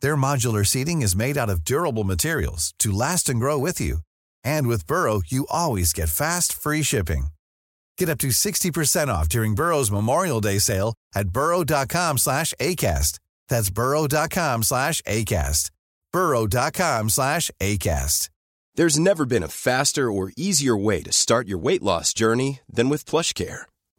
Their modular seating is made out of durable materials to last and grow with you. And with Burrow, you always get fast, free shipping. Get up to 60% off during Burrow's Memorial Day sale at burrow.com slash ACAST. That's burrow.com slash ACAST. burrow.com slash ACAST. There's never been a faster or easier way to start your weight loss journey than with PlushCare.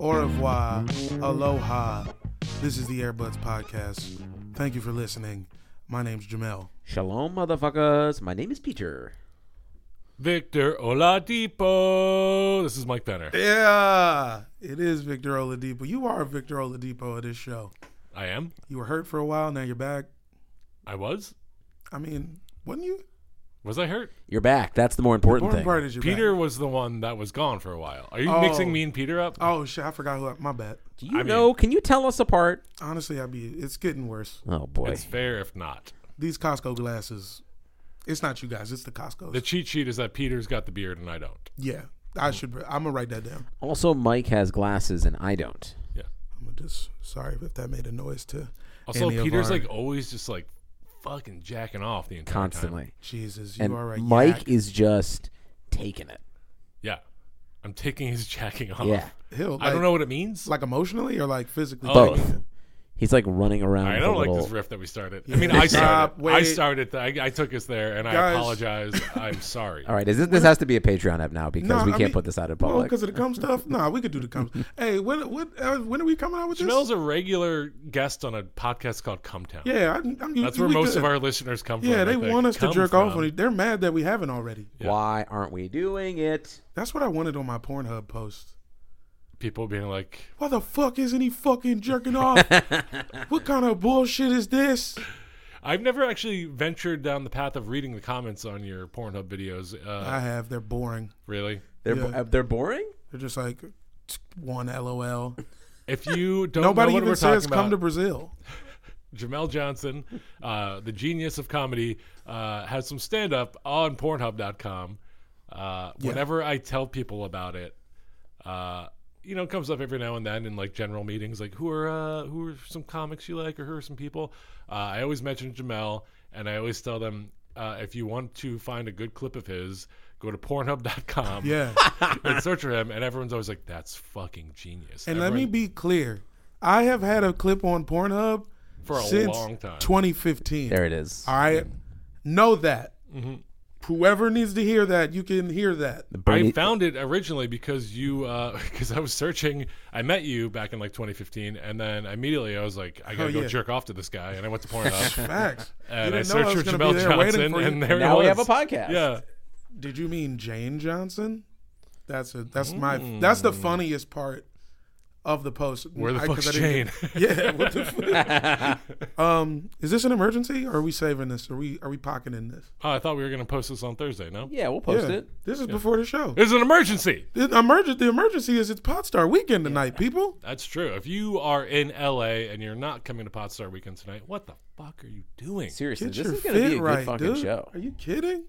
au revoir, aloha. This is the Airbuds Podcast. Thank you for listening. My name's Jamel. Shalom, motherfuckers. My name is Peter. Victor Oladipo. This is Mike Benner. Yeah, it is Victor Oladipo. You are Victor Oladipo of this show. I am. You were hurt for a while, now you're back. I was. I mean, wasn't you? Was I hurt? You're back. That's the more important Important thing. part is you're Peter back. was the one that was gone for a while. Are you Oh. mixing me and Peter up? Oh shit, I forgot who. I, my bad. Do you I mean- know? can you tell us apart? Honestly, I be. It's getting worse. Oh, boy. It's fair if not. These Costco glasses. It's not you guys. It's the Costco's. The cheat sheet is that Peter's got the beard and I don't. yeah, I should. I'm gonna write that down. Also, Mike has glasses and I don't. Yeah. I'm gonna just. Sorry if that made a noise too. Also, Any of Peter's our- like always just like fucking jacking off the entire time. Constantly. Jesus, you And are right. Mike yak. is just taking it. Yeah. I'm taking his jacking off. Yeah. He'll, I like- don't know what it means. like emotionally or like physically. Oh, Both. He's like running around. I with a don't like little- this riff that we started. Yeah. I mean, I Stop, started. I wait. started. th- I, I took us there, and I Guys. apologize. I'm sorry. All right, is this, this has to be a Patreon app now because we I can't mean- put this out in Well, public. because of the cum stuff. No, we could do the cum. hey, when what uh, when are we coming out with this? Jamel's a regular guest on a podcast called Cumtown. yeah, I, I'm, That's where most of our listeners come Yeah, from. I they think. want us to Come jerk off. from. On it. They're mad that we haven't already. Yeah. Why aren't we doing it? That's what I wanted on my Pornhub post. People being like, Why the fuck isn't he fucking jerking off? what kind of bullshit is this? I've never actually ventured down the path of reading the comments on your Pornhub videos. Uh, I have. They're boring. really? They're Yeah. uh, they're boring. They're just like t- one LOL. If you don't Nobody know what even we're says talking come to about, Brazil. Jamel Johnson, uh, the genius of comedy, uh, has some stand up on Pornhub.com. Uh, Yeah. Whenever I tell people about it, uh, you know, it comes up every now and then in like general meetings, like who are uh, who are some comics you like, or who are some people. Uh, I always mention Jamel, and I always tell them uh, if you want to find a good clip of his, go to Pornhub.com. Yeah. and search for him, and everyone's always like, "That's fucking genius." And let me Everyone- be clear. I have had a clip on Pornhub for a since long time. 2015. There it is. I know that. Mm-hmm. Whoever needs to hear that, you can hear that. Bernie- I found it originally because you, because I was searching. I met you back in like 2015, and then immediately I was like, "I gotta Oh, go yeah. jerk off to this guy," and I went to Pornhub. Facts. And you I didn't know I searched was Uh, gonna for be Jamel there waiting Johnson, for you. and there he Now we was. have a podcast. Yeah, Did you mean Jane Johnson? That's a that's my that's the funniest part of the post. Mm. Where the I- 'cause fuck's I didn't- Jane? Yeah, what the fuck? um, is this an emergency? Or are we saving this? Are we are we pocketing this? oh, I thought we were going to post this on Thursday, no? Yeah, we'll post Yeah. it. This is before the show. It's an emergency. The emergency, the emergency is it's Podstar weekend tonight, people. That's true. If you are in LA and you're not coming to Podstar Weekend tonight, what the fuck are you doing? Seriously, Get this your is going to fit be a right, good fucking dude. show. Are you kidding?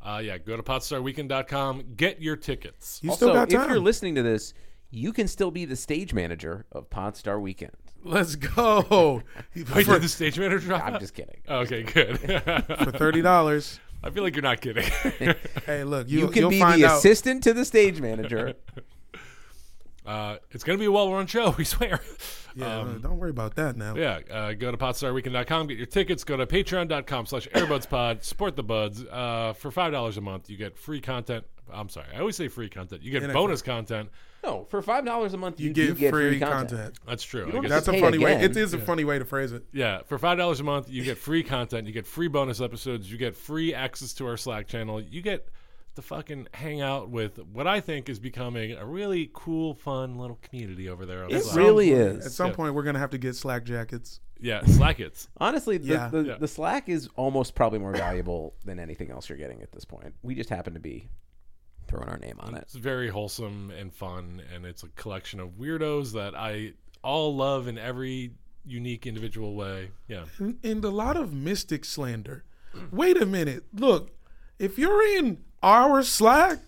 Uh, yeah, go to podstarweekend.com. Get your tickets. You also, still got time. if you're listening to this, you can still be the stage manager of Podstar Weekend. Let's go. Wait, for, did the stage manager drop I'm out? just kidding. Okay, good. for thirty dollars. I feel like you're not kidding. Hey, look, you, You can will be find the out. assistant to the stage manager. uh, it's going to be a well-run show, we swear. Yeah, Um, no, don't worry about that now. Yeah, uh, go to podstarweekend.com, get your tickets, go to patreon.com slash airbudspod, support the buds. Uh, for $5 a month, you get free content. I'm sorry, I always say free content. You get bonus content. no, for five dollars a month, you, You get, do get free, content. That's true. I don't guess- have That's a Pay funny way. again. It is a funny way to phrase it. Yeah, for five dollars a month, you get free content, you get free bonus episodes, you get free access to our Slack channel, you get to fucking hang out with what I think is becoming a really cool, fun little community over there. On It Slack. really At is. some point, we're gonna have to get slack jackets. yeah, Slackits. Honestly, the, Yeah. the, Yeah. the Slack is almost probably more valuable than anything else you're getting at this point. We just happen to be throwing our name on it. It's very wholesome and fun, and it's a collection of weirdos that I all love in every unique individual way. Yeah, and- and a lot of mystic slander. Wait a minute. Look, if you're in our Slack,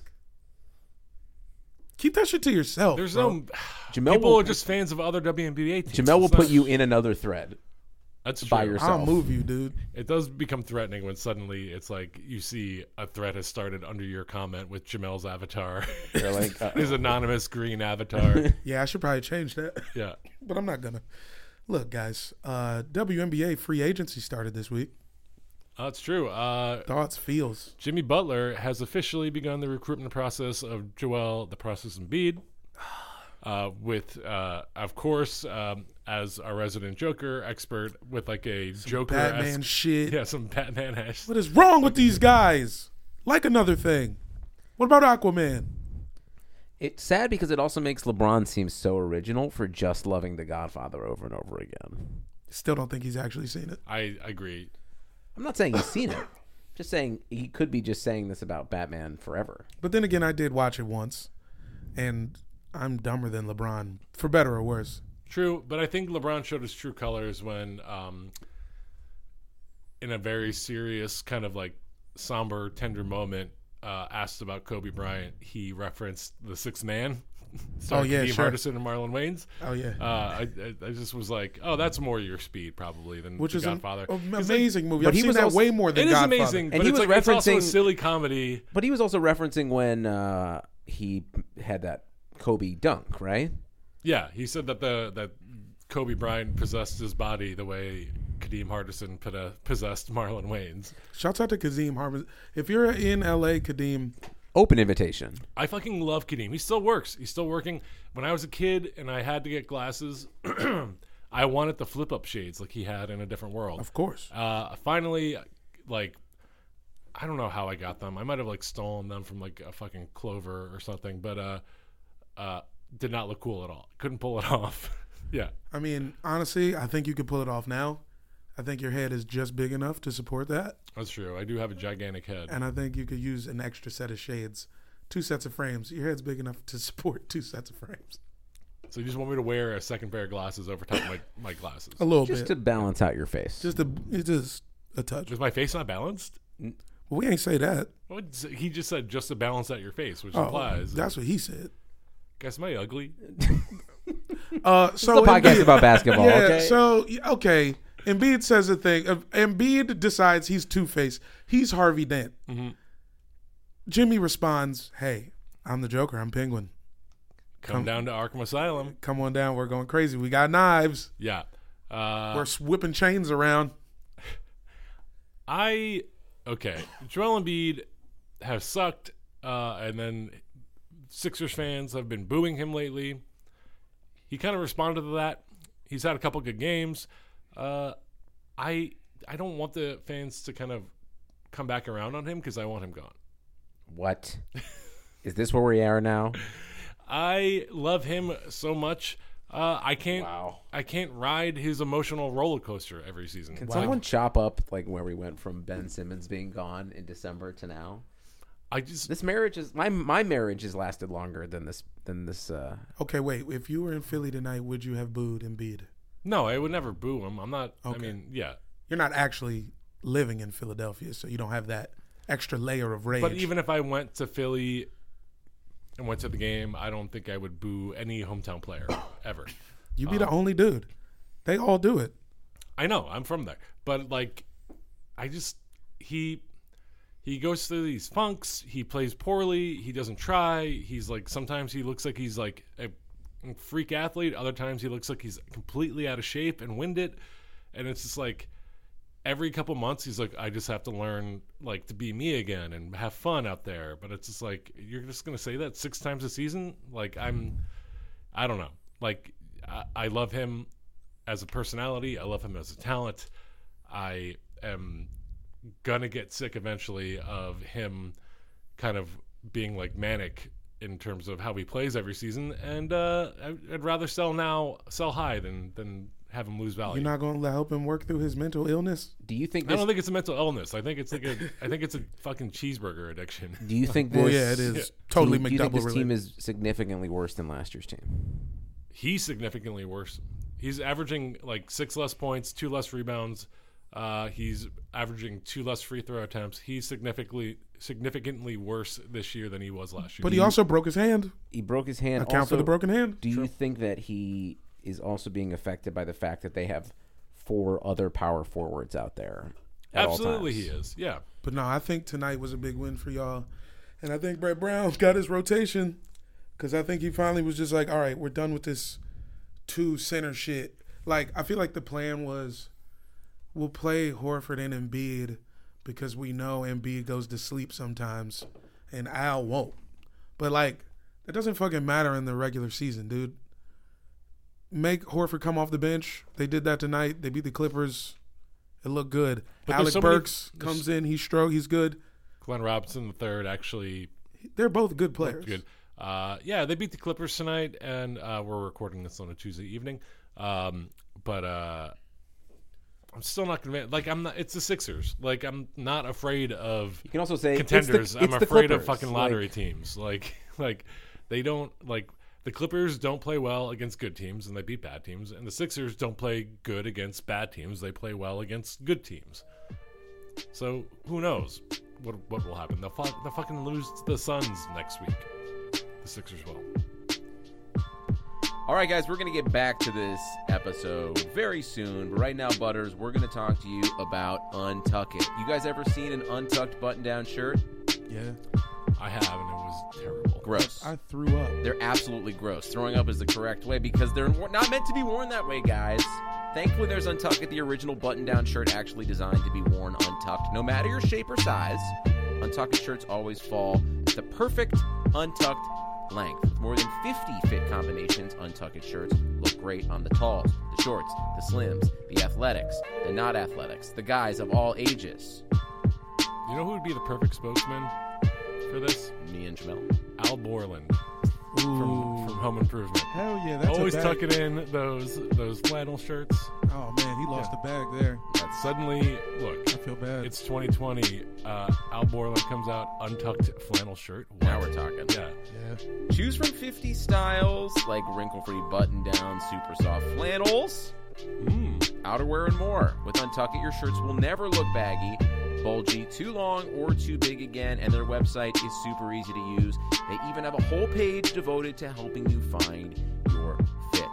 keep that shit to yourself. there's bro. no Jamel people will, are just fans of other WNBA teams. Jamel will It's not- put you in another thread. that's true. by yourself. I'll move you, dude. It does become threatening when suddenly it's like you see a threat has started under your comment with Jamel's avatar, They're like, uh, his anonymous green avatar. Yeah, I should probably change that, yeah, but I'm not gonna. Look, guys, uh, WNBA free agency started this week. that's true. Uh, Thoughts, feels. Jimmy Butler has officially begun the recruitment process of Joel, the process Embiid, uh, with uh, of course um, as our resident Joker expert with like a Joker Batman shit. yeah, some Batman ass. What is wrong with these guys? Like another thing. What about Aquaman? It's sad because it also makes LeBron seem so original for just loving The Godfather over and over again. Still don't think he's actually seen it. I agree. I'm not saying he's seen it. Just saying he could be just saying this about Batman forever. But then again, I did watch it once, and I'm dumber than LeBron, for better or worse. True, but I think LeBron showed his true colors when, um, in a very serious kind of like somber, tender moment, uh, asked about Kobe Bryant. He referenced the sixth man, starring Oh, yeah, Kadeem sure. Hardison and Marlon Wayans. Oh yeah, Uh, I, I- I just was like, oh, that's more your speed probably than which The is an Godfather. 'Cause, like, amazing movie. But I've he seen was that also- way more It than is Godfather. amazing, but he it's was like, it's also a referencing- silly comedy. But he was also referencing when uh, he had that Kobe dunk, right? Yeah, he said that the that Kobe Bryant possessed his body the way Kadeem Hardison pota- possessed Marlon Wayans. Shouts out to Kadeem Harvin. If you're in LA, Kadeem, Open invitation. I fucking love Kadeem. He still works. He's still working. When I was a kid and I had to get glasses, I wanted the flip up shades like he had in a different world. of course. Uh, finally, like, I don't know how I got them. I might have like stolen them from like a fucking Clover or something, but uh, uh, did not look cool at all. Couldn't pull it off. yeah, I mean, honestly, I think you could pull it off now. I think your head is just big enough to support that, that's true. I do have a gigantic head. and I think you could use an extra set of shades, two sets of frames. Your head's big enough to support two sets of frames. So you just want me to wear a second pair of glasses over top of my, my glasses? A little Just bit, to balance out your face. just a, it's just a touch. Is my face not balanced? we ain't say that. What's- He just said just to balance out your face, which Oh, implies that's what he said. Guess my ugly. Uh, so a podcast Embiid- about basketball, Yeah. okay? So y- okay, Embiid says a thing. Uh, Embiid decides he's Two Face. He's Harvey Dent. Mm-hmm. Jimmy responds, "Hey, I'm the Joker. I'm Penguin. Come, down to Arkham Asylum. Come on down. We're going crazy. We got knives. Yeah. Uh, We're s- whipping chains around. I okay. Joel Embiid has sucked, uh, and then Sixers fans have been booing him lately. He kind of responded to that. He's had a couple good games. Uh, I I don't want the fans to kind of come back around on him because I want him gone. What? Is this where we are now? I love him so much. Uh, I can't. Wow. I can't ride his emotional roller coaster every season. Can Like, someone chop up like where we went from Ben Simmons being gone in December to now? I just. This marriage is my my marriage has lasted longer than this than this. Uh, Okay, wait. If you were in Philly tonight, would you have booed Embiid? No, I would never boo him. I'm not. I Okay. mean, yeah. You're not actually living in Philadelphia, so you don't have that extra layer of rage. But even if I went to Philly and went to the game, I don't think I would boo any hometown player ever. you uh, be the only dude, they all do it. I know I'm from there, but like, I just he he goes through these funks. He plays poorly. He doesn't try. He's like sometimes he looks like he's like a freak athlete. Other times he looks like he's completely out of shape and winded. And it's just like every couple months he's like, I just have to learn like to be me again and have fun out there. But it's just like you're just gonna say that six times a season. Like Mm-hmm. I'm, I don't know. Like I, I love him as a personality. I love him as a talent. I am gonna get sick eventually of him kind of being like manic in terms of how he plays every season, and uh, I- I'd rather sell now, sell high than than have him lose value. You're not going to help him work through his mental illness. do you think? I This, don't think it's a mental illness. I think it's like a, I think it's a fucking cheeseburger addiction. do you think this? Well, yeah, it is totally Do you think McDouble this team related. is significantly worse than last year's team? He's significantly worse. He's averaging like six less points, two less rebounds. Uh, he's averaging two less free throw attempts. He's significantly significantly worse this year than he was last year. But he also broke his hand. He broke his hand. Account for Also, the broken hand. Do you think that he is also being affected by the fact that they have four other power forwards out there? at all absolutely times? he is. Yeah, But no, I think tonight was a big win for y'all. And I think Brett Brown got his rotation because I think he finally was just like, all right, we're done with this two center shit. Like, I feel like the plan was we'll play Horford and Embiid because we know Embiid goes to sleep sometimes and Al won't. But, like, that doesn't fucking matter in the regular season, dude. Make Horford come off the bench. They did that tonight. They beat the Clippers. It looked good. But Alec there's so many- Burks comes in. He's strong. He's good. Glenn Robinson the third actually They're both good players. good. Uh, yeah, they beat the Clippers tonight, and uh, we're recording this on a Tuesday evening. Um, but uh, I'm still not convinced. Like I'm not. It's the Sixers. Like I'm not afraid of You can also say it's the- contenders. I'm it's the afraid of Clippers. fucking lottery Like, teams. Like like they don't like the Clippers don't play well against good teams, and they beat bad teams. And the Sixers don't play good against bad teams. They play well against good teams. So who knows what what will happen? They'll, fu- they'll fucking lose to the Suns next week. The Sixers will. All right, guys, we're going to get back to this episode very soon. But right now, Butters, we're going to talk to you about Untuck It. You guys ever seen an untucked button down shirt? Yeah. I have, and it was terrible. Gross. I threw up. They're absolutely gross. Throwing up is the correct way because they're wor- not meant to be worn that way, guys. Thankfully, there's Untuck It, the original button down shirt actually designed to be worn untucked. No matter your shape or size, Untucked shirts always fall at the perfect untucked length. With more than 50 fit combinations, Untucked shirts look great on the talls, the shorts, the slims, the athletics, the not athletics, the guys of all ages. You know who would be the perfect spokesman for this? Me and Jamel. Al Borland from, from Home Improvement. Hell yeah. That's Always a bag. tucking in those those flannel shirts. Oh, man. He lost a bag there. Suddenly, look, I feel bad. it's 2020. Uh, Al Borland comes out untucked flannel shirt. What? Now we're talking. yeah, yeah. Choose from 50 styles like wrinkle free button down, super soft flannels, hmm, outerwear, and more. With Untuck It, your shirts will never look baggy, bulgy, too long, or too big again. And their website is super easy to use. They even have a whole page devoted to helping you find your fit.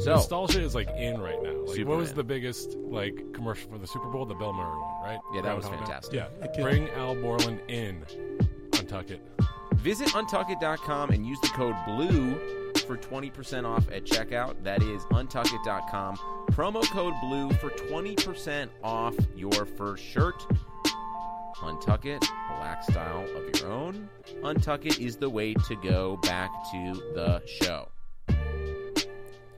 So, nostalgia is like in right now. Like, what was Superman. the biggest like commercial for the Super Bowl? The Bill Murray one, right? Yeah, that was Groundhog Day. fantastic. Yeah, bring Al Borland in, untuck it. Visit untuckit.com and use the code BLUE for 20% off at checkout. That is untuckit.com. Promo code BLUE for 20% off your first shirt. Untuck it, relax style of your own. Untuck it is the way to go back to the show.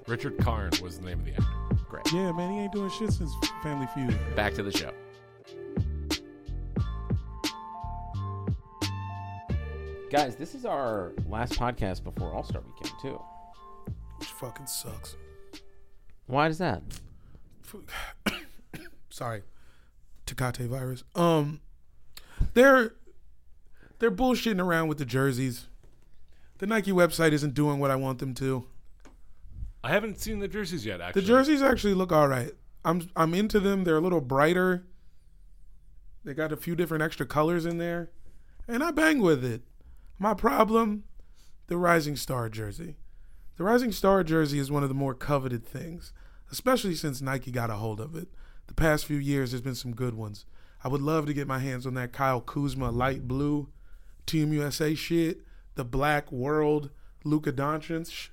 Richard Karn was the name of the actor. Great. Yeah, man. He ain't doing shit since Family Feud. Back to the show. Guys, this is our last podcast before All Star Weekend too. Which fucking sucks. Why does that? Sorry, Takate virus. Um, they're they're bullshitting around with the jerseys. The Nike website isn't doing what I want them to. I haven't seen the jerseys yet. Actually, The jerseys actually look all right. I'm I'm into them. They're a little brighter. They got a few different extra colors in there, and I bang with it. My problem, the Rising Star jersey. The Rising Star jersey is one of the more coveted things, especially since Nike got a hold of it. The past few years, there's been some good ones. I would love to get my hands on that Kyle Kuzma light blue, Team USA shit, the Black World Luka Doncic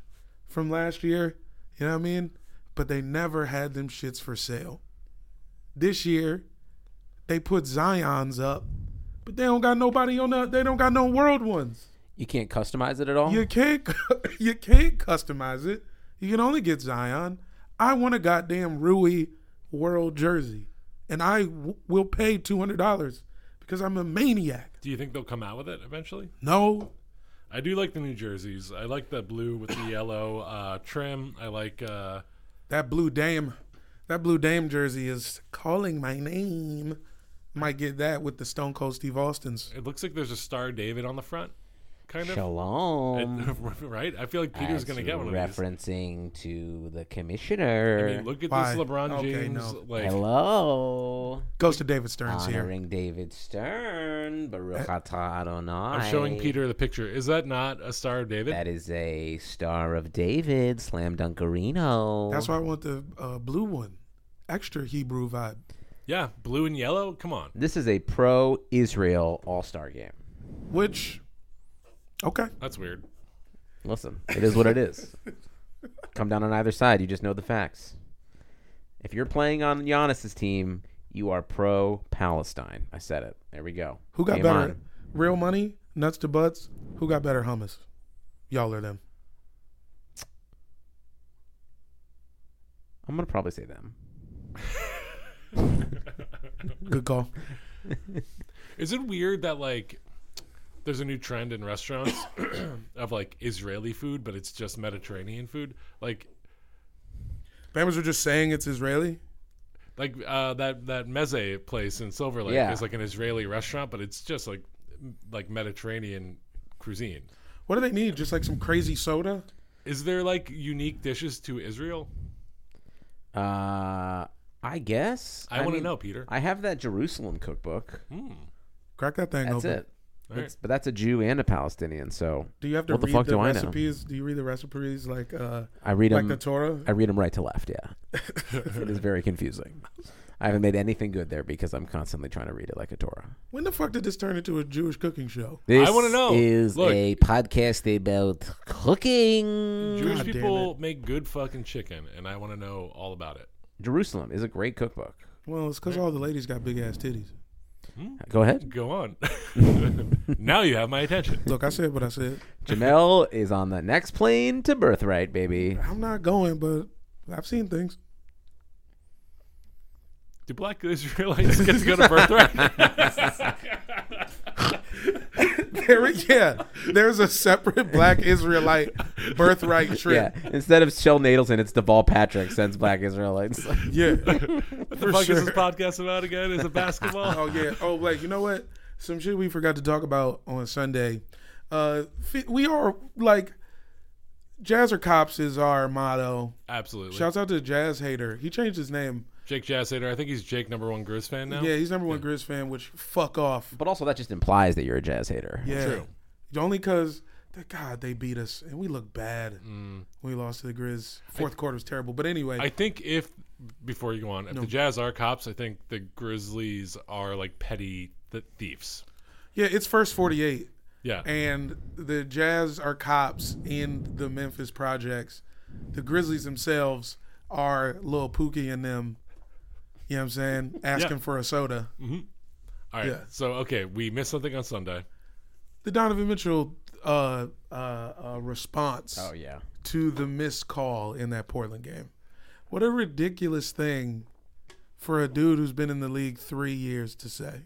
from last year. You know what I mean? But they never had them shits for sale. This year, they put Zion's up, but they don't got nobody on the. They don't got no world ones. You can't customize it at all. You can't you can't customize it. You can only get Zion. I want a goddamn Rui World jersey, and I w- will pay two hundred dollars because I'm a maniac. Do you think they'll come out with it eventually? No, I do like the new jerseys. I like the blue with the yellow uh, trim. I like. Uh, that blue dame, that blue dame jersey is calling my name. Might get that with the Stone Cold Steve Austin's. it looks like there's a star David on the front, kind of. Shalom. right? I feel like Peter's Um, As gonna get one of these. Referencing to the I commissioner. mean, look at Why? this LeBron Okay, James. no. Like, Hello. Goes to David Stearns here. Honoring David Stern, Baruch Atah Adonai. Uh, I'm showing Peter the picture. Is that not a Star of David? That is a Star of David, Slam Dunkerino. That's why I want the uh, blue one, extra Hebrew vibe. yeah, blue and yellow. Come on. This is a pro Israel All Star game. Which, okay, That's weird. Listen, it is what it is. Come down on either side. You just know the facts. If you're playing on Giannis's team, you are pro Palestine. I said it. There we go. who got Game better? on. Real money, nuts to butts. Who got better hummus? Y'all or them? I'm gonna probably say them. Good call. Is it weird that like there's a new trend in restaurants of like Israeli food, but it's just Mediterranean food? Like Bama's were just saying it's Israeli. like uh, that that meze place in Silver Lake Yeah. is like an Israeli restaurant, but it's just like m- like Mediterranean cuisine. What do they need? Just like some crazy soda? Is there like unique dishes to Israel? Uh, I guess. I, want to mean, know, Peter. Hmm. I have that Jerusalem cookbook. Crack that thing That's open. it. It's- But that's a Jew and a Palestinian, so Do you have to What the read fuck the, do I know? recipes? Do you read the recipes like uh I read like them. the Torah? I read them right to left. Yeah, it is very confusing. I haven't made anything good there because I'm constantly trying to read it like a Torah. When the fuck did this turn into a Jewish cooking show? This wanna know. Is Look. a podcast about cooking. Jewish God damn people make good fucking chicken, and I want to know all about it. Jerusalem is a great cookbook. Well, it's because all the ladies got big ass titties. Go ahead. Go on. now you have my attention. Look, I said what I said. Jamel is on the next plane to birthright, baby. I'm not going, but I've seen things. Do black Israelites get to go to birthright? There, yeah, there's a separate Black Israelite birthright Yeah. trip. Instead of Shell Nadelson, it's Deval Patrick sends Black Israelites. Yeah, what the fuck is this podcast about again? Is it basketball? Oh yeah. Oh, like you know what? Some shit we forgot to talk about on Sunday. Uh, fi- we are like Jazz or cops is our motto. Absolutely. Shouts out to Jazz Hater. He changed his name. Jake Jassader. I think he's Jake number one Grizz fan now. Yeah, he's number one Grizz fan. Which fuck off. But also, that just implies that you're a jazz hater. Yeah. True. Only because, God, they beat us and we look bad. We lost to the Grizz. Fourth quarter was terrible. But anyway, I think if before you go on, if the Jazz are cops, I think the Grizzlies are like petty th- thieves. yeah, it's first 48. Yeah. And the Jazz are cops in the Memphis projects. The Grizzlies themselves are Lil Pookie and them. You know what I'm saying? Asking for a soda. All right. yeah. So okay, we missed something on Sunday. The Donovan Mitchell uh, uh, uh, response. Oh yeah. to the missed call in that Portland game. What a ridiculous thing for a dude who's been in the league three years to say.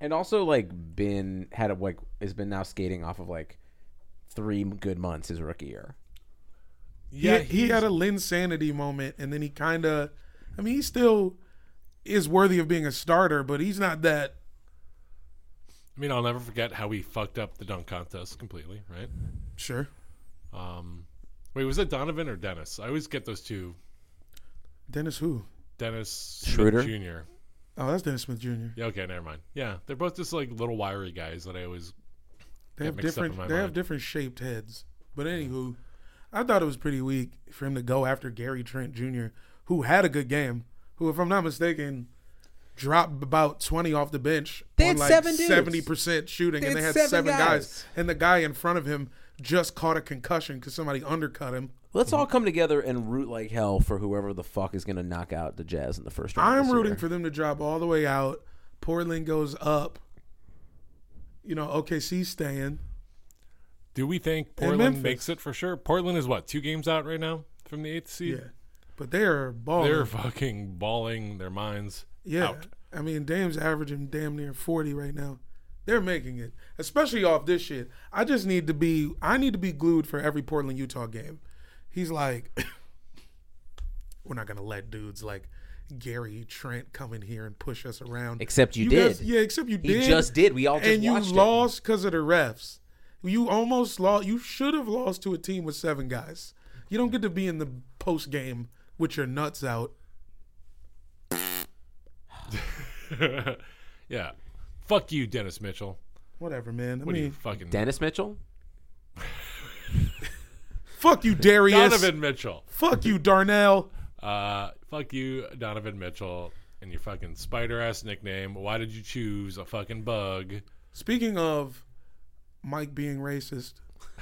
And also, like, been had a like has been now skating off of like three good months his rookie year. Yeah, he, he had a Lynn Sanity moment, and then he kind of, I mean, he still is worthy of being a starter, but he's not that. I mean, I'll never forget how he fucked up the dunk contest completely, right? Sure. Um, wait, was it Donovan or Dennis? I always get those two. Dennis who? Dennis Smith Schroeder? Jr. Oh, that's Dennis Smith Jr. Yeah, okay, never mind. Yeah, they're both just like little wiry guys that I always. They have mixed up different. in my They have mind. different shaped heads. But anywho, I thought it was pretty weak for him to go after Gary Trent Jr., who had a good game. Who, if I'm not mistaken, dropped about 20 off the bench. They on had like seven dudes. 70% shooting, They and they had had seven seven, guys. guys. And the guy in front of him just caught a concussion because somebody undercut him. Let's all come together and root like hell for whoever the fuck is going to knock out the Jazz in the first round. I'm this rooting year. for them to drop all the way out. Portland goes up. You know, OKC's staying. Do we think And Portland Memphis. makes it for sure? Portland is what two games out right now from the eighth seed. Yeah. But they are balling. They're fucking bawling their minds Yeah. out. I mean, Dame's averaging damn near 40 right now. They're making it, especially off this shit. I just need to be I need to be glued for every Portland Utah game. He's like we're not going to let dudes like Gary Trent come in here and push us around. Except you guys- did. yeah, except you He did. just did. We all just And you watched it. lost cuz of the refs. You almost lost. You should have lost to a team with seven guys. You don't get to be in the post game with your nuts out. yeah. Fuck you, Dennis Mitchell. Whatever, man. I What do mean, you fucking Dennis Mitchell? Fuck you, Darius. Donovan Mitchell? Fuck you, Darnell. Uh, fuck you, Donovan Mitchell, and your fucking spider ass nickname. Why did you choose a fucking bug? Speaking of Mike being racist,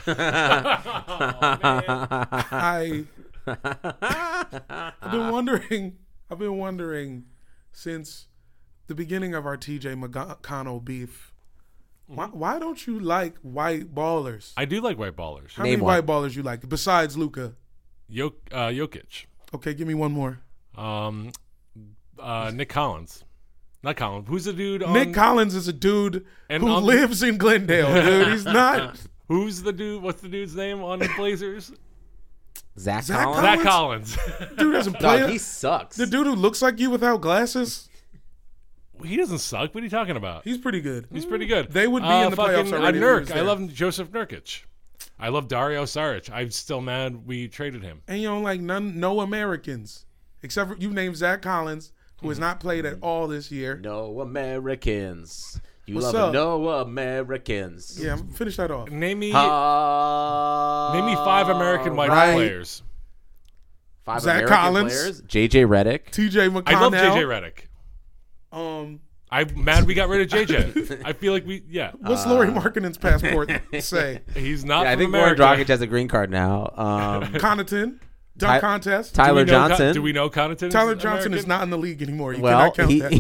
I I've been wondering. I've been wondering since the beginning of our TJ McConnell beef. Why, why don't you like white ballers? I do like white ballers. How Name many white ballers you like besides Luca? Jok- uh, Jokic, Okay, give me one more. um, uh, Nick Collins, not Collins. Who's the dude? On, Nick Collins is a dude Um, And who on- lives in Glendale, dude. He's not. Who's the dude? What's the dude's name on the Blazers? Zach, Zach Collins? Collins? Zach Collins. Dude doesn't play. Dog, he sucks. The dude who looks like you without glasses, he doesn't suck. What are you talking about? he's pretty good. Mm-hmm. He's pretty good. They would be in the fucking, playoffs already Uh, if he was Nurk. I there. love Joseph Nurkic. I love Dario Saric. I'm still mad we traded him. And you don't like none, no Americans, except for you named Zach Collins, who Mm-hmm. has not played at all this year. no Americans. You What's love up? no Americans. Yeah, I'm- finish that Mm-hmm. off. Name me, Ah, name me five American white right. players. five Zach American Collins. players. JJ Redick. T.J. McConnell. I love JJ Reddick. Um, I'm mad we got rid of JJ. I feel like we, yeah, what's Uh, Laurie Markkinen's passport say? he's not. I from think Warren America. Drogic has a green card now. Um, Connaughton, Ty- dunk contest. Do we Tyler know Con- Johnson. do we know Connaughton? Tyler is Johnson is American? not in the league anymore. You well, cannot count he, that.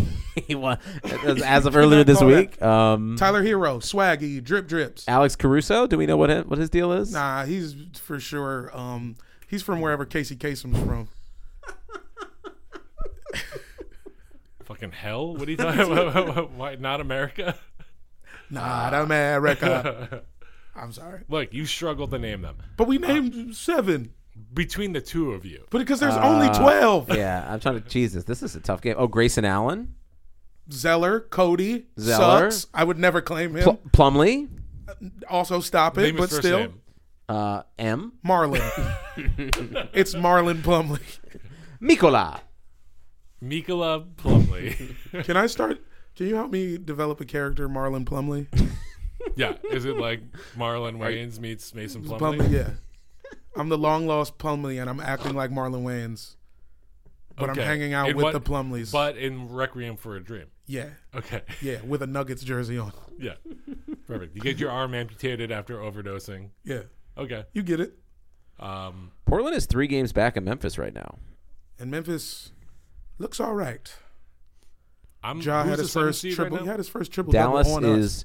he won as, as of You earlier cannot this call that. week. Um, Tyler Hero, Swaggy, Drip Drips. Alex Caruso. Do we know what his, what his deal is? Nah, he's for sure. Um, he's from wherever Casey Kasem's from. Fucking hell! What are you talking about? Why not America? Not America. I'm sorry, Look, you struggled to name them. but Uh, we named seven. Between the two of you, But because there's only twelve. uh, yeah, I'm trying to. Jesus, this is a tough game. Oh, Grayson Allen, Zeller, Cody, Zeller. sucks. I would never claim him. Pl- Plumley, also, stop it. name but his first still, name. uh, M. Marlon. it's Marlon Plumley. Mikola. Mikola Plumley. Can I start? Can you help me develop a character, Marlon Plumley? yeah, is it like Marlon Wayans meets Mason Plumley? Plumley, yeah. I'm the long lost Plumley, and I'm acting like Marlon Wayans, but Okay. I'm hanging out In with what- the Plumleys. but in Requiem for a Dream. yeah, Okay, yeah, with a Nuggets jersey on. yeah, perfect. You get your arm amputated after overdosing. Yeah, Okay, you get it. um, Portland is three games back in Memphis right now. And Memphis looks all right. I'm. Ja who's had the his seventh first seed triple. Right he now? had his first triple. Dallas double on us. is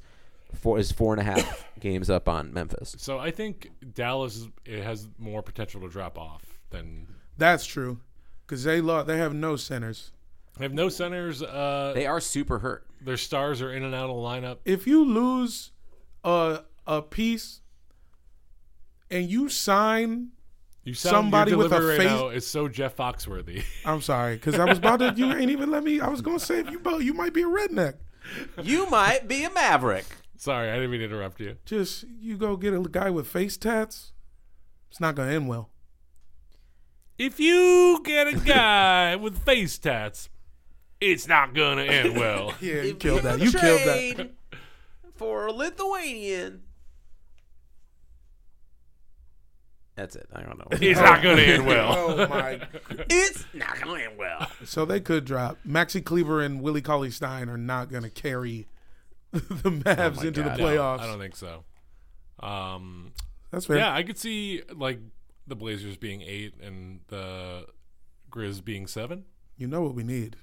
four is four and a half games up on Memphis. So I think Dallas is, it has more potential to drop off than That's true, because they lo- they have no centers. they have no centers. Uh, They are super hurt. Their stars are in and out of the lineup. if you lose a a piece and you sign You sound somebody Somebody with a with a face- right now is so Jeff Foxworthy. I'm sorry, because I was about to you ain't even let me I was gonna say if you both you might be a redneck. You might be a maverick. Sorry, I didn't mean to interrupt you. Just you go get a guy with face tats, it's not gonna end well. If you get a guy with face tats, it's not gonna end well. Yeah, you If killed that. You killed that. trade For a Lithuanian. That's it. I don't know. It's not gonna end well. Oh my it's not going to end well. So they could drop. Maxi Cleaver and Willie Cauley Stein are not gonna carry the Mavs my into God, the No, playoffs. I don't think so. Um, That's fair. yeah, I could see like the Blazers being eight and the Grizz being seven. You know what we need.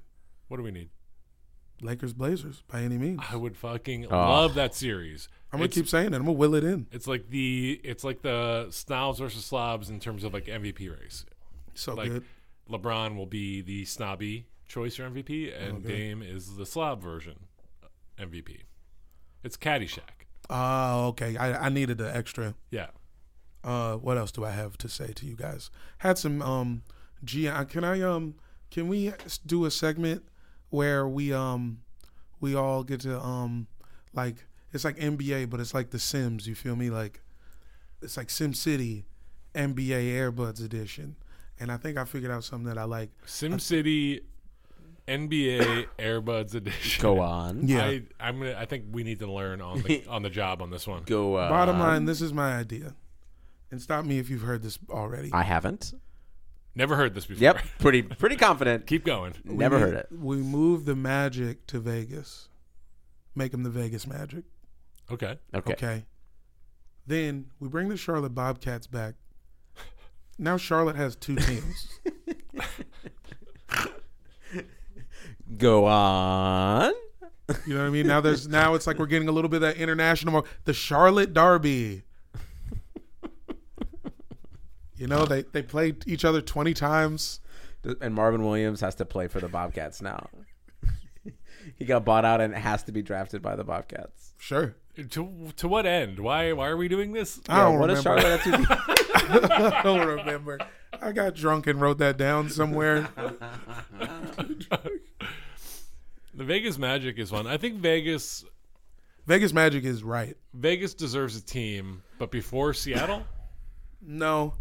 What do we need? Lakers Blazers by any means. I would fucking love that series. I'm gonna Ah, It's- keep saying it. I'm gonna will it in. It's like the it's like the snobs versus slobs in terms of like MVP race. So Like good. LeBron will be the snobby choice for MVP, and Dame is the slob version uh, MVP. It's Caddyshack. Oh, okay. I, I needed the extra. Yeah, Uh, what else do I have to say to you guys? Had some um, G. I- Can I um, can we s- do a segment where we um, we all get to um, like it's like NBA, but it's like The Sims. You feel me? Like it's like Sim City, NBA Airbuds edition. And I think I figured out something that I like. SimCity NBA Airbuds edition. Go on. Yeah. I, I'm gonna. I think we need to learn on the on the job on this one. Go uh, on. Bottom line, this is my idea. And stop me if you've heard this already. I haven't. Never heard this before. Yep. Pretty pretty confident. Keep going. Never we heard mo- it. We move the Magic to Vegas. Make them the Vegas Magic. Okay. Okay. Okay. Then we bring the Charlotte Bobcats back. Now Charlotte has two teams. Go on. you know what I mean? Now there's now it's like we're getting a little bit of that international. mar- The Charlotte Derby. You know they they played each other twenty times. And Marvin Williams has to play for the Bobcats now. he got bought out and has to be drafted by the Bobcats. Sure. To to what end? Why why are we doing this? I don't what a remember. Charlotte have to be- I don't remember. I got drunk and wrote that down somewhere. The Vegas Magic is one. I think Vegas Vegas Magic is right. Vegas deserves a team, but before Seattle, No,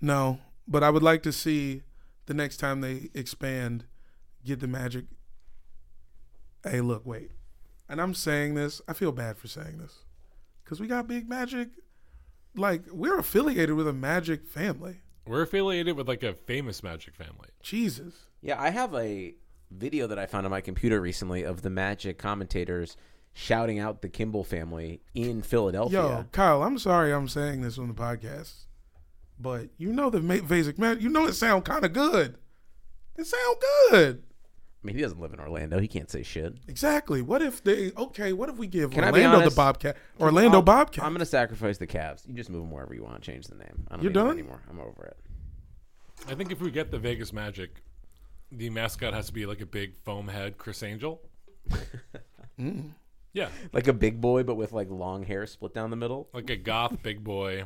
no. But I would like to see the next time they expand, get the magic. Hey, look, wait. And I'm saying this. I feel bad for saying this because we got big magic. Like we're affiliated with a magic family. we're affiliated with like a famous Magic family. Jesus. yeah, I have a video that I found on my computer recently of the Magic commentators shouting out the Kimball family in Philadelphia. Yo, Kyle, I'm sorry I'm saying this on the podcast, but you know the ma- basic magic. You know it sound kind of good. It sound good. I mean, he doesn't live in Orlando. He can't say shit. Exactly. What if they? Okay. What if we give Can I be Orlando the honest? Bobcat? Orlando I'll- Bobcat. I'm going to sacrifice the Cavs. You just move them wherever you want. Change the name. I don't You're need 'em done? anymore. I'm over it. I think if we get the Vegas Magic, the mascot has to be like a big foam head Chris Angel. Mm. Yeah, Like a big boy, but with like long hair split down the middle. like a goth big boy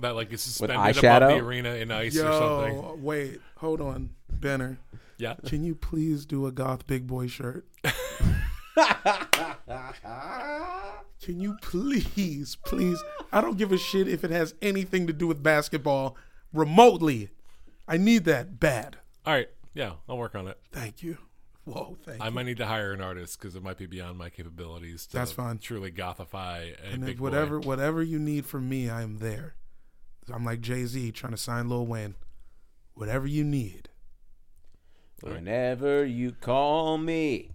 that like is suspended above eyeshadow? the arena in ice or something. Yo, wait, hold on, Benner. Yeah, Can you please do a goth big boy shirt? Can you please, please? I don't give a shit if it has anything to do with basketball remotely. I need that bad. all right. Yeah, I'll work on it. Thank you. Whoa, thank I you. might need to hire an artist because it might be beyond my capabilities to That's fine. truly gothify a And big if boy. whatever, whatever you need from me, I am there. I'm like Jay Z trying to sign Lil Wayne. Whatever you need. Whenever you call me,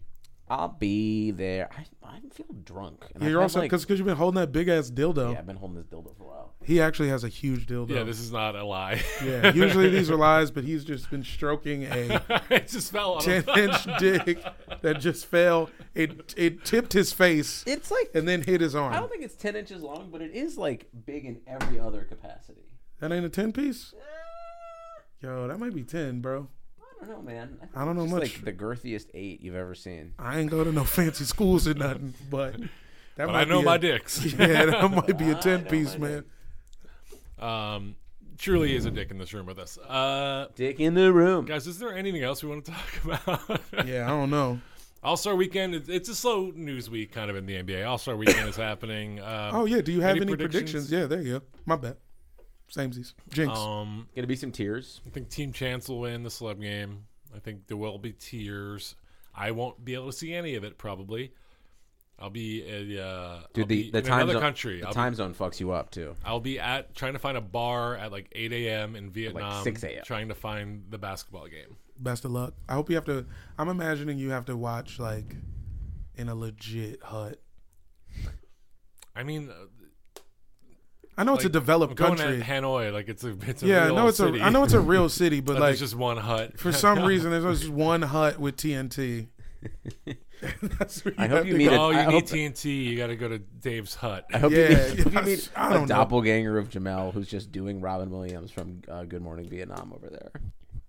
I'll be there. I, I feel drunk. And You're I also because you've been holding that big ass dildo. yeah, I've been holding this dildo for a while. He actually has a huge dildo. Yeah, this is not a lie. Yeah, usually these are lies, but he's just been stroking a it just fell on him. ten inch dick that just fell. It it tipped his face It's like and then hit his I arm. don't think it's ten inches long, but it is like big in every other capacity. That ain't a ten piece. Yo, that might be ten, bro. I don't don't know, man. think I don't know it's much. Like the girthiest eight you've ever seen. I ain't go to no fancy schools or nothing, but that But might I know be my a, dicks. Yeah, that might be a ten piece, my man. Um, truly is a dick in this room with us. Uh, Dick in the room. guys, is there anything else we want to talk about? Yeah, I don't know. All Star Weekend. it- It's a slow news week, kind of in the NBA. All Star Weekend is happening. Um, Oh yeah, do you have any, predictions? Yeah, there you go. My bad. Samesies. Jinx. Um, Gonna be some tears. I think Team Chance will win the celeb game. I think there will be tears. I won't be able to see any of it probably. I'll be at, uh, I'll Dude, be the, the in time another zone, country. The I'll, time zone fucks you up too. I'll be at trying to find a bar at like 8 a.m. in Vietnam. 6 a.m.. Trying to find the basketball game. Best of luck. I hope you have to I'm imagining you have to watch like in a legit hut. I mean, uh, I know it's a like, developed I'm going country. to Hanoi, like it's a it's a yeah, I real know it's city. a I know it's a real city, but But like there's just one hut. for some reason there's always just one hut with TNT. That's where I hope have you to meet go. oh, I you hope- need TNT. You got to go to Dave's hut. I hope Yeah, you meet, yes, I a don't know. doppelganger of Jamel who's just doing Robin Williams from uh, Good Morning Vietnam over there.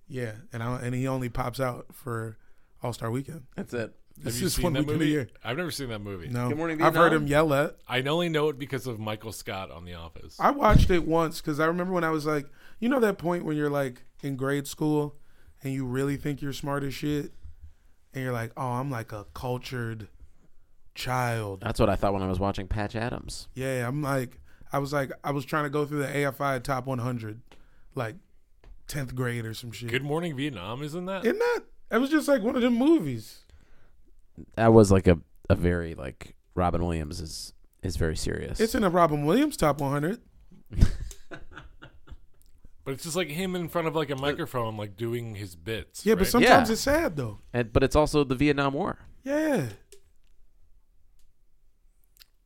Yeah, and I, and he only pops out for All Star Weekend. That's it. This you is seen one that weekend movie? a year. I've never seen that movie. No, Good Morning I've heard Vietnam? him yell at. I only know it because of Michael Scott on The Office. I watched it once because I remember when I was like, you know, that point when you're like in grade school and you really think you're smart as shit, and you're like, oh, I'm like a cultured child. That's what I thought when I was watching Patch Adams. Yeah, I'm like, I was like, I was trying to go through the AFI top 100, like 10th grade or some shit. Good Morning Vietnam, isn't that? Isn't that? It was just like one of them movies. That was like a, a very like Robin Williams is is very serious. It's in a Robin Williams top 100. but it's just like him in front of like a microphone, like doing his bits. Yeah, right? but sometimes Yeah. it's sad though. and, but it's also the Vietnam War. Yeah.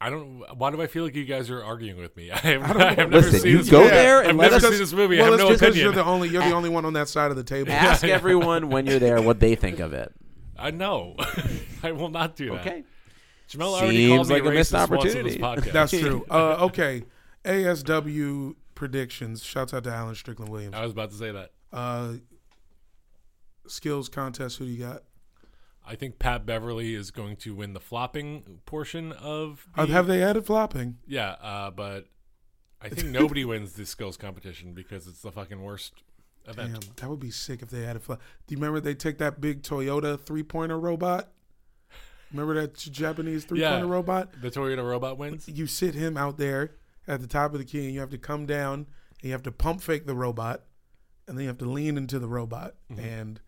I don't. Why do I feel like you guys are arguing with me? I have, don't I have know. never Listen, seen you this go movie. there and I've let never us- seen this movie. I Well, have it's no just because you're opinion. the only you're the only one on that side of the table. Ask everyone when you're there what they think of it. I know. I will not do that. Okay. Jamel already Seems called me like a missed racist once on this opportunity. podcast. That's true. Uh, okay, ASW predictions. Shouts out to Alan Strickland Williams. I was about to say that. Uh, skills contest. Who do you got? I think Pat Beverly is going to win the flopping portion of. Uh, the- have they added flopping? Yeah, uh, but I think nobody wins the skills competition because it's the fucking worst event. Damn, that would be sick if they added flop. Do you remember they take that big Toyota three pointer robot? Remember that Japanese three pointer robot? The Toyota robot wins. You sit him out there at the top of the key, and you have to come down, and you have to pump fake the robot, and then you have to lean into the robot Mm-hmm. and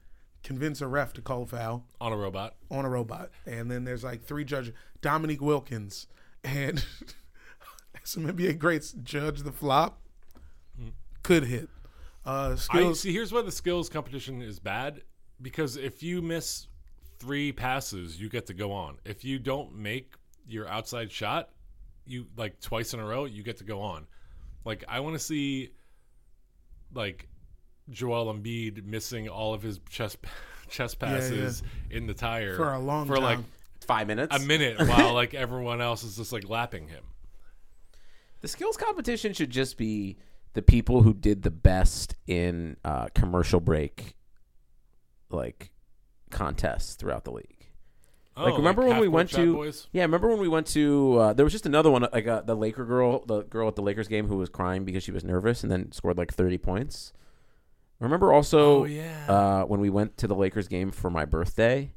convince a ref to call a foul. On a robot. on a robot. And then there's like three judges Dominique Wilkins and some NBA greats judge the flop. Could hit. Uh, Mm. I skills. see. Here's why the skills competition is bad because if you miss three passes, you get to go on. If you don't make your outside shot, you like twice in a row, you get to go on. Like I want to see, like Joel Embiid missing all of his chest chest yeah. passes in the tire For a long for like time. Five minutes. a minute while like everyone else is just like lapping him. The skills competition should just be the people who did the best in uh, commercial break, like contests throughout the league. Oh, like remember when we half-court went shot to boys? yeah remember when we went to uh, there was just another one like uh, the Laker girl the girl at the Lakers game who was crying because she was nervous and then scored like thirty points. Remember also Oh, yeah. uh, when we went to the Lakers game for my birthday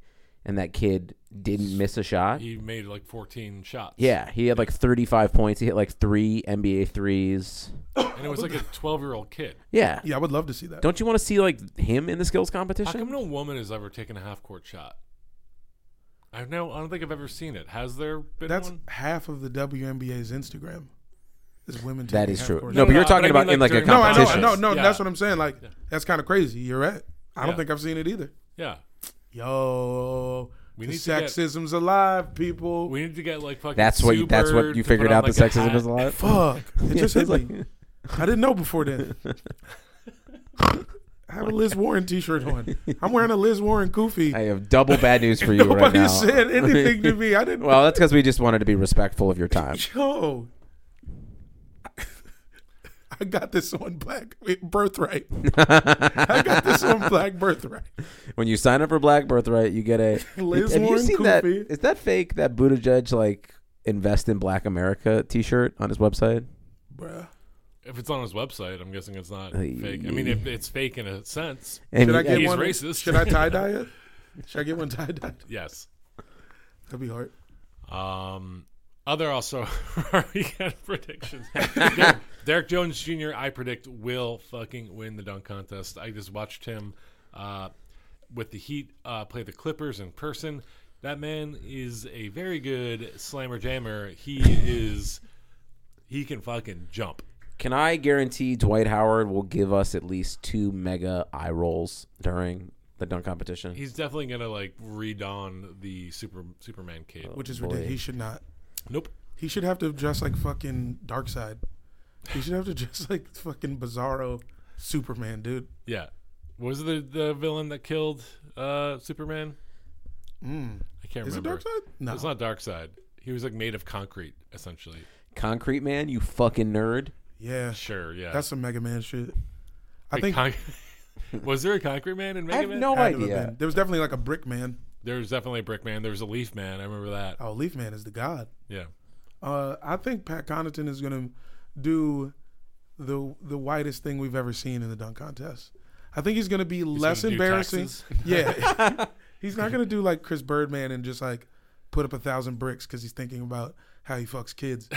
and that kid didn't miss a shot. he made like 14 shots. yeah, he had like thirty five points. He hit like three NBA threes. and it was like a 12 year old kid. Yeah, yeah, I would love to see that. Don't you want to see like him in the skills How competition? come no woman has ever taken a half court shot? I know. I don't think I've ever seen it. Has there been That's one? half of the WNBA's Instagram. Is women That taking is half true. court No, shots. but you're no, talking but I about mean, in like, like a during no, I know, I competition. know, no, Yeah. that's what I'm saying. Like, that's kind of crazy. You're right. I don't Yeah. think I've seen it either. Yeah, Yo, We the need to get- sexism's alive, people. we need to get like fucking. That's what. Sue That's what Bird you to put figured on, out. like, the a sexism hat. is alive. Fuck! It just hit It's like- me. I didn't know before then. I have a Liz Warren T-shirt on. I'm wearing a Liz Warren goofy. I have double bad news for you right Nobody now. said anything to me. I didn't. well, that's because we just wanted to be respectful of your time. yo. I got this on Black eh, Birthright. I got this on Black Birthright. When you sign up for Black Birthright, you get a. Liz have you Warren seen that? Koofy. Is that fake? That Buttigieg like invest in Black America T-shirt on his website? Bruh. If it's on his website, I'm guessing it's not Hey. fake. I mean, if it's fake in a sense, And Should I he- get he's one? racist. Should I tie dye it? Should I get one tie dyed? yes. That'd be hard. Um, other also weekend predictions. Der- Derek Jones Jr. I predict will fucking win the dunk contest. I just watched him uh, with the Heat uh, play the Clippers in person. That man is a very good slammer jammer. He is. He can fucking jump. Can I guarantee Dwight Howard will give us at least two mega eye rolls during the dunk competition? He's definitely gonna like redon the super Superman cape. Which is ridiculous. He should not. Nope. He should have to dress like fucking Darkseid. He should have to dress like fucking Bizarro Superman, dude. Yeah. What was the the villain that killed uh, Superman? I can't Hmm. Is it remember. Darkseid? No. It's not dark side. He was like made of concrete, essentially. Concrete man, you fucking nerd. Yeah. Sure, yeah. That's some Mega Man shit. I Like think con- was there a concrete man in Mega I have Man? no had to have idea. been. There was definitely like a brick man. There was definitely a brick man. There was a leaf man. I remember that. Oh, Leaf Man is the god. Yeah. Uh, I think Pat Connaughton is gonna do the the whitest thing we've ever seen in the dunk contest. I think he's gonna be less gonna do embarrassing. taxes? Yeah, he's not gonna do like Chris Birdman and just like put up a thousand bricks because he's thinking about how he fucks kids.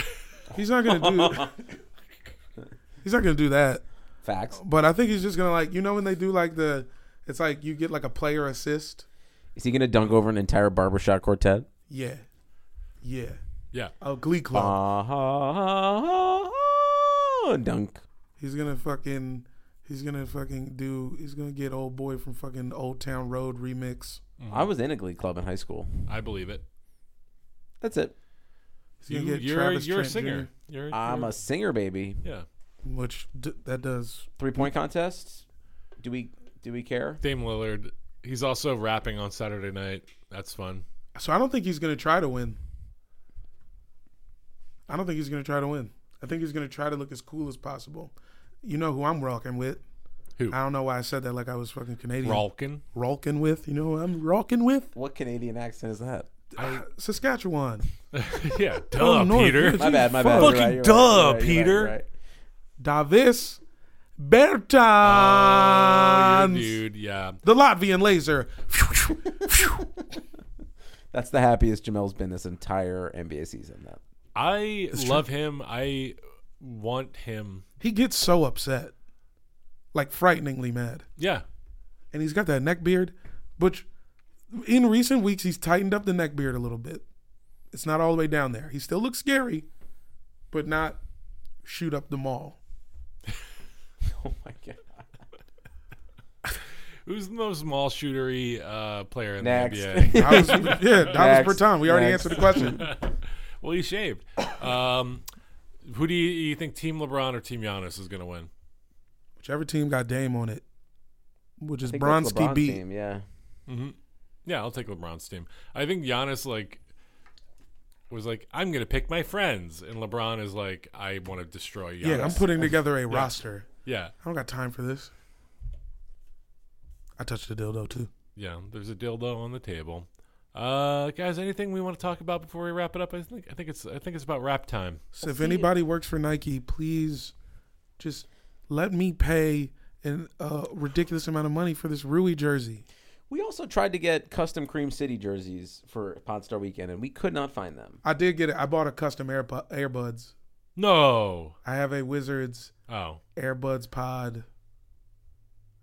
He's not gonna do. he's not gonna do that. Facts. But I think he's just gonna like you know when they do like the, it's like you get like a player assist. Is he gonna dunk over an entire barbershop quartet? Yeah, yeah. Yeah. Oh, Glee Club. Ah, dunk. He's gonna fucking he's gonna fucking do he's gonna get old boy from fucking Old Town Road remix. I Mm-hmm. was in a glee club in high school. I believe it. That's it. He's You, gonna get you're Travis you're a Trent singer. You're, I'm you're- a singer, baby. Yeah. Jr., which d- that does Three point contest. Do we do we care? Dame Lillard. He's also rapping on Saturday night. That's fun. so I don't think he's gonna try to win. I don't think he's gonna try to win. I think he's gonna try to look as cool as possible. You know who I'm rocking with. Who? I don't know why I said that like I was fucking Canadian. Ralkin. Rocking with. You know who I'm rocking with? What Canadian accent is that? Saskatchewan. yeah. Oh, Duh, no, Peter. dude. My bad, my bad. Fucking you're right, you're right, duh, you're right, you're right, you're Peter. right. Davis Bertans. Oh, you're a dude. Yeah. the Latvian laser. That's the happiest Jamel's been this entire NBA season. That I love him. I want him. He gets so upset, like frighteningly mad, Yeah. and he's got that neck beard, which in recent weeks he's tightened up the neck beard a little bit. It's not all the way down there. He still looks scary, but not shoot up the mall. Oh my god. Who's the most mall shootery uh, player in Next. the NBA? That was, yeah, that Next, was Bertan. We already next. answered the question. Well, he shaved. Um, who do you, you think, Team LeBron or Team Giannis is going to win? Whichever team got Dame on it, which I is think that's Bronski LeBron's beat. team, yeah. Yeah, I'll take LeBron's team. I think Giannis like was like, I'm going to pick my friends, and LeBron is like, I want to destroy Giannis. Yeah, I'm putting together a roster. yeah, I don't got time for this. I touched the dildo too. yeah. There's a dildo on the table. Uh, guys, anything we want to talk about before we wrap it up? I think I think it's I think it's about wrap time. So if anybody works for Nike, please just let me pay an uh, ridiculous amount of money for this Rui jersey. We also tried to get custom Cream City jerseys for Podstar Weekend, and we could not find them. I did get it. I bought a custom Airbu- Airbuds. No. I have a Wizards Oh, Airbuds Pod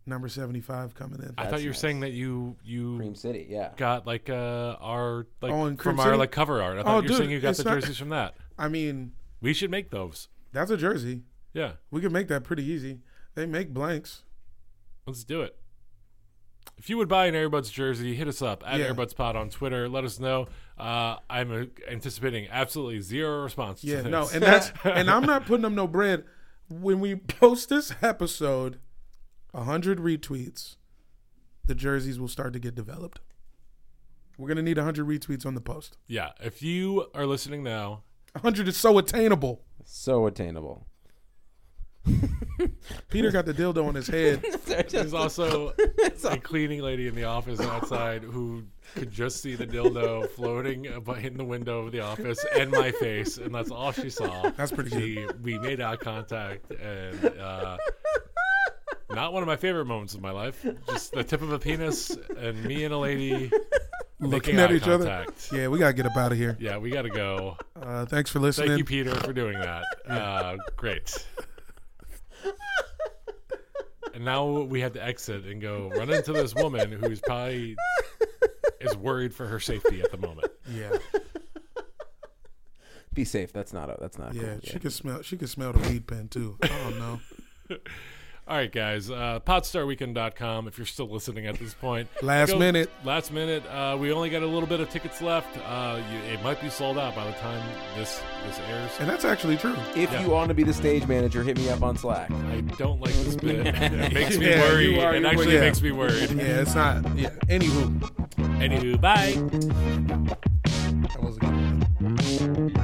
number 75 coming in. I That's thought you were nice. saying that you you Cream City, yeah. got like uh our like Oh, and from Crimson? our like cover art. I thought Oh, you were dude, saying you got it's the not- jerseys from that. I mean, We should make those. that's a jersey. Yeah, We can make that pretty easy. They make blanks. let's do it. If you would buy an AirBuds jersey, hit us up at Yeah. AirBuds Pod on Twitter. Let us know. Uh, I'm uh, anticipating absolutely zero response. Yeah, to this. no, and that's and I'm not putting them no bread. When we post this episode, hundred retweets, the jerseys will start to get developed. We're gonna need hundred retweets on the post. yeah. If you are listening now, hundred is so attainable. So attainable. Peter got the dildo on his head. There's also a cleaning lady in the office outside who could just see the dildo floating ab- in the window of the office and my face, and that's all she saw. That's pretty she, good. We made eye contact, and uh, not one of my favorite moments of my life. Just the tip of a penis and me and a lady Looking making at eye each contact. other. Yeah, we gotta get up out of here. Yeah, we got to go. Uh, thanks for Thank listening. you, Peter, for doing that. Uh, great. And now we had to exit and go run into this woman who's probably is worried for her safety at the moment. yeah, Be safe. That's not a, that's not yeah. cool. She could smell. She could smell the weed pen too. I don't know. All right, guys. Uh, podstarweekend.com if you're still listening at this point. Last minute. Last minute. Uh, we only got a little bit of tickets left. Uh, you, it might be sold out by the time this this airs. And that's actually true. If Yeah. you want to be the stage manager, hit me up on Slack. I don't like this bit. It makes me Yeah, worried. you are- it you are- actually yeah. makes me worried. Yeah, it's not. Yeah. Anywho, Anywho, bye. that was a good one.